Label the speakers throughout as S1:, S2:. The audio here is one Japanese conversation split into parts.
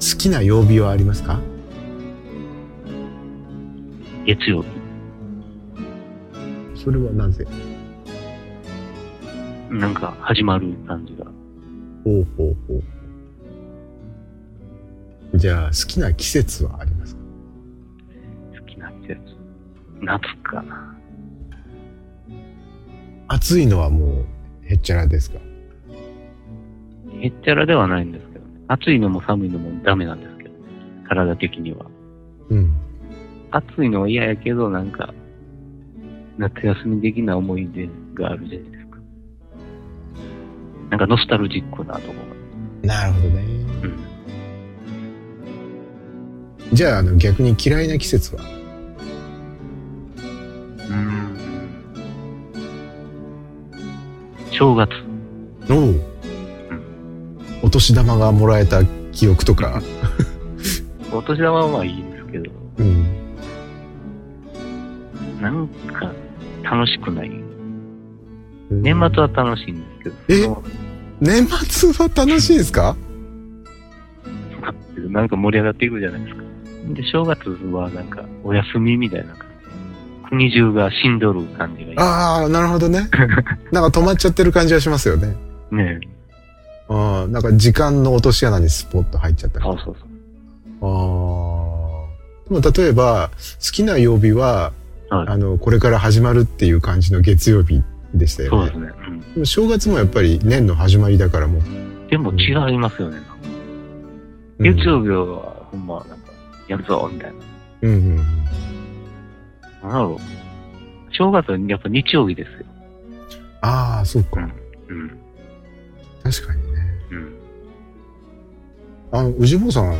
S1: 好きな曜日はありますか
S2: 月曜日。
S1: それはなぜ
S2: なんか始まる感じが。
S1: ほうほうほう。じゃあ、好きな季節はありますか
S2: 好きな季節。夏かな。
S1: 暑いのはもう、へっちゃらですか
S2: へっちゃらではないんですけど、ね、暑いのも寒いのもダメなんですけど、ね、体的には。
S1: うん。
S2: 暑いのは嫌やけど、なんか、夏休み的な思い出があるじゃないですか。なんかノスタルジックなとこ
S1: なるほどね。
S2: が。うん。
S1: じゃあ、あの、逆に嫌いな季節は
S2: うん。正月。
S1: おう。お年玉がもらえた記憶とか。
S2: お年玉はいいですけど、
S1: うん。
S2: なんか楽しくない。年末は楽しいんですけ
S1: え
S2: ど、そ
S1: 年末は楽しいですか
S2: のなんか盛り上がっていくじゃないですか。で、正月はなんかお休みみたいな感じ。国中が死んどる感じがい
S1: ああ、なるほど ね。なんか止まっちゃってる感じはしますよね。
S2: い。ねえ。
S1: ああ、なんか時間の落とし穴にスポッと入っちゃったり。
S2: そうそうそう。
S1: ああ。でも例えば、好きな曜日は、
S2: はい
S1: あの、これから始まるっていう感じの月曜日でした
S2: そ
S1: よ
S2: う
S1: ね
S2: で。すね。
S1: でも正月もやっぱり年の始まりだからもう。
S2: うん。でも違いますよね。
S1: うん
S2: 月曜日はほんまなんか、やるぞ、みたい
S1: うんうんうん。
S2: な。なんだろう。正月はやっぱ日曜日ですよ。
S1: ああ、そうか。
S2: うん。
S1: 確かにね。
S2: うん。
S1: あの、宇治坊さん、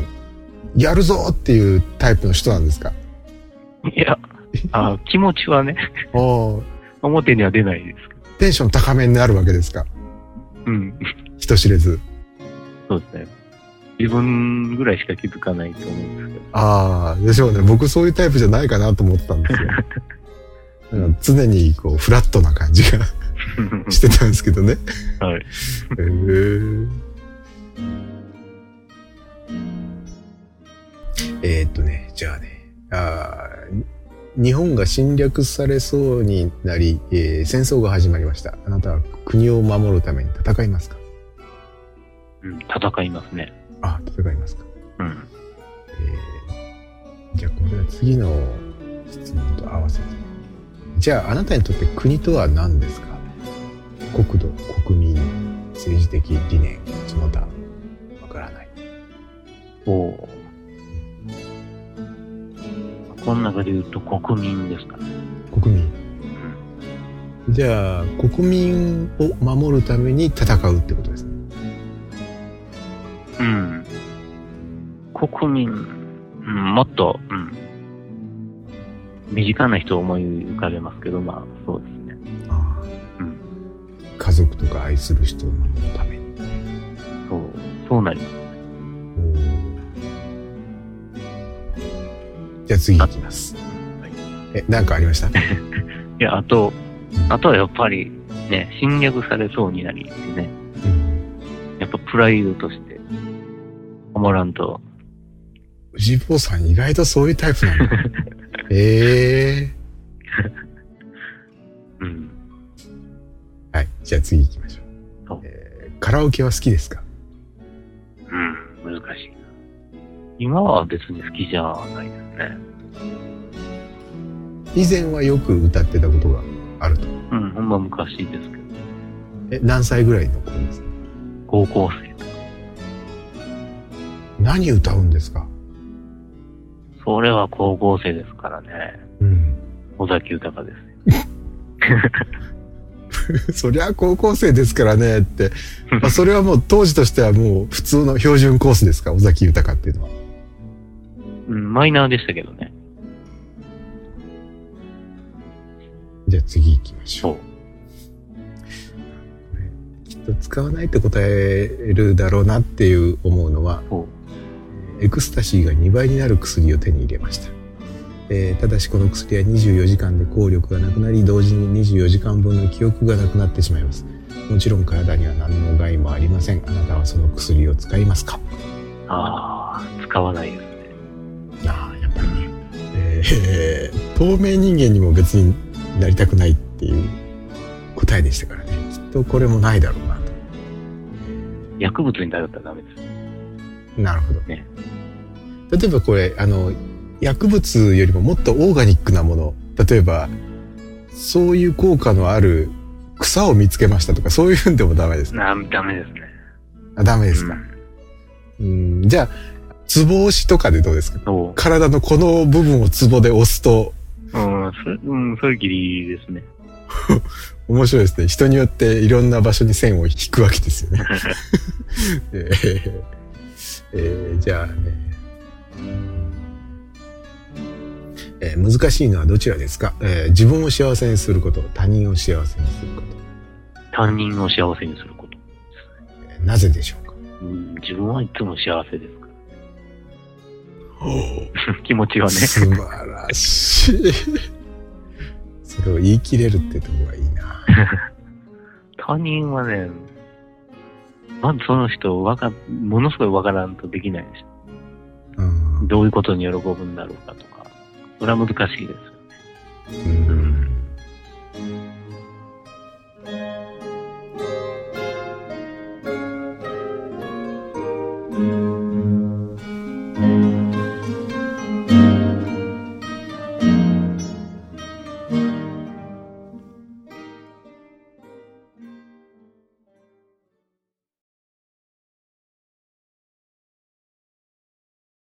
S1: やるぞっていうタイプの人なんですか
S2: いや、あ気持ちはね、
S1: おー
S2: 表には出ないですけ
S1: テンション高めになるわけですか
S2: ど。うん。
S1: 人知れず。
S2: そうですね。自分ぐらいしか気づかないと思うんです
S1: ああ、でしょうね。僕そういうタイプじゃないかなと思ってたん ですよ。なんか常にこう、フラットな感じが してたんですけどね。
S2: け ど。はい。
S1: へーえーっとね、じゃあね、あー日本が侵略されそうになり、えー戦争が始まりました。あなたは国を守るために戦いますか
S2: うん、戦いますね。
S1: あ、戦いますか。
S2: うん。
S1: えーじゃあこれは次の質問と合わせて。じゃああなたにとって国とは何ですか国土、国民、政治的理念、その他、わからない。
S2: おお。この中で言うと国民ですかね。
S1: 国民。じゃあ、国民を守るために戦うってことですね。
S2: うん。国民、うん、もっと、うん。身近な人を思い浮かべますけど、まあ、そうですね。
S1: ああ
S2: うん
S1: 家族とか愛する人を守るために。
S2: そう、そうなります。
S1: じゃあ次いきます。
S2: はい
S1: え、なんかありました
S2: いや、あと、あとはやっぱり、ね、侵略されそうになりってね、
S1: うん
S2: やっぱプライドとして、守らんと、
S1: 藤井坊さん意外とそういうタイプなん だ。ええ
S2: うん。
S1: はい。じゃあ次行きましょ、
S2: はいう
S1: えーカラオケは好きですか
S2: うん、難しいな。今は別に好きじゃないですね。
S1: 以前はよく歌ってたことがあると。
S2: うん、ほんま昔ですけど、
S1: え、何歳ぐらいの頃ですか
S2: 高校生とか。
S1: 何歌うんですか
S2: それは高校生ですからね、
S1: うん。
S2: 尾崎豊ですよ。
S1: そりゃ高校生ですからねって。まあ、それはもう当時としてはもう普通の標準コースですか尾崎豊っていうのは。
S2: うん、マイナーでしたけどね。
S1: じゃあ次行きましょ。
S2: そうう。
S1: きっと使わないって答えるだろうなっていう思うのは
S2: お、
S1: エクスタシーが2倍になる薬を手に入れました。えーただしこの薬は24時間で効力がなくなり、同時に24時間分の記憶がなくなってしまいます。もちろん体には何の害もありません。あなたはその薬を使いますか
S2: あは使わないですね。
S1: ああやっぱりね、えー透明人間にも別になりたくないっていう答えでしたからねきっとこれもないだろうなと
S2: 薬物に頼ったらダメです。
S1: なるほど、
S2: ね
S1: 例えばこれあの薬物よりももっとオーガニックなもの例えばそういう効果のある草を見つけましたとかそういうんでもダメですか
S2: なダメですね。
S1: あダメですか、
S2: うん
S1: うん、じゃあツボ押しとかでどうですか
S2: そ
S1: 体のこの部分をツボで押すと
S2: う。うん、それ、うん、それきりですね。
S1: 面白いですね人によっていろんな場所に線を引くわけですよ ねえーえーじゃあねえー難しいのはどちらですか、えー自分を幸せにすること他人を幸せにするこ
S2: 他人を幸せにすること。
S1: と、えーなぜでしょうか
S2: うん、自分はいつも幸せです
S1: お
S2: から。 気持ちはね。
S1: 素晴らし いそれを言い切れるってとこがいいな
S2: 他人はね、まずその人、わか、ものすごいわからんとできないし、
S1: うん
S2: どういうことに喜ぶんだろうかとか、それは難しいですよね。
S1: うん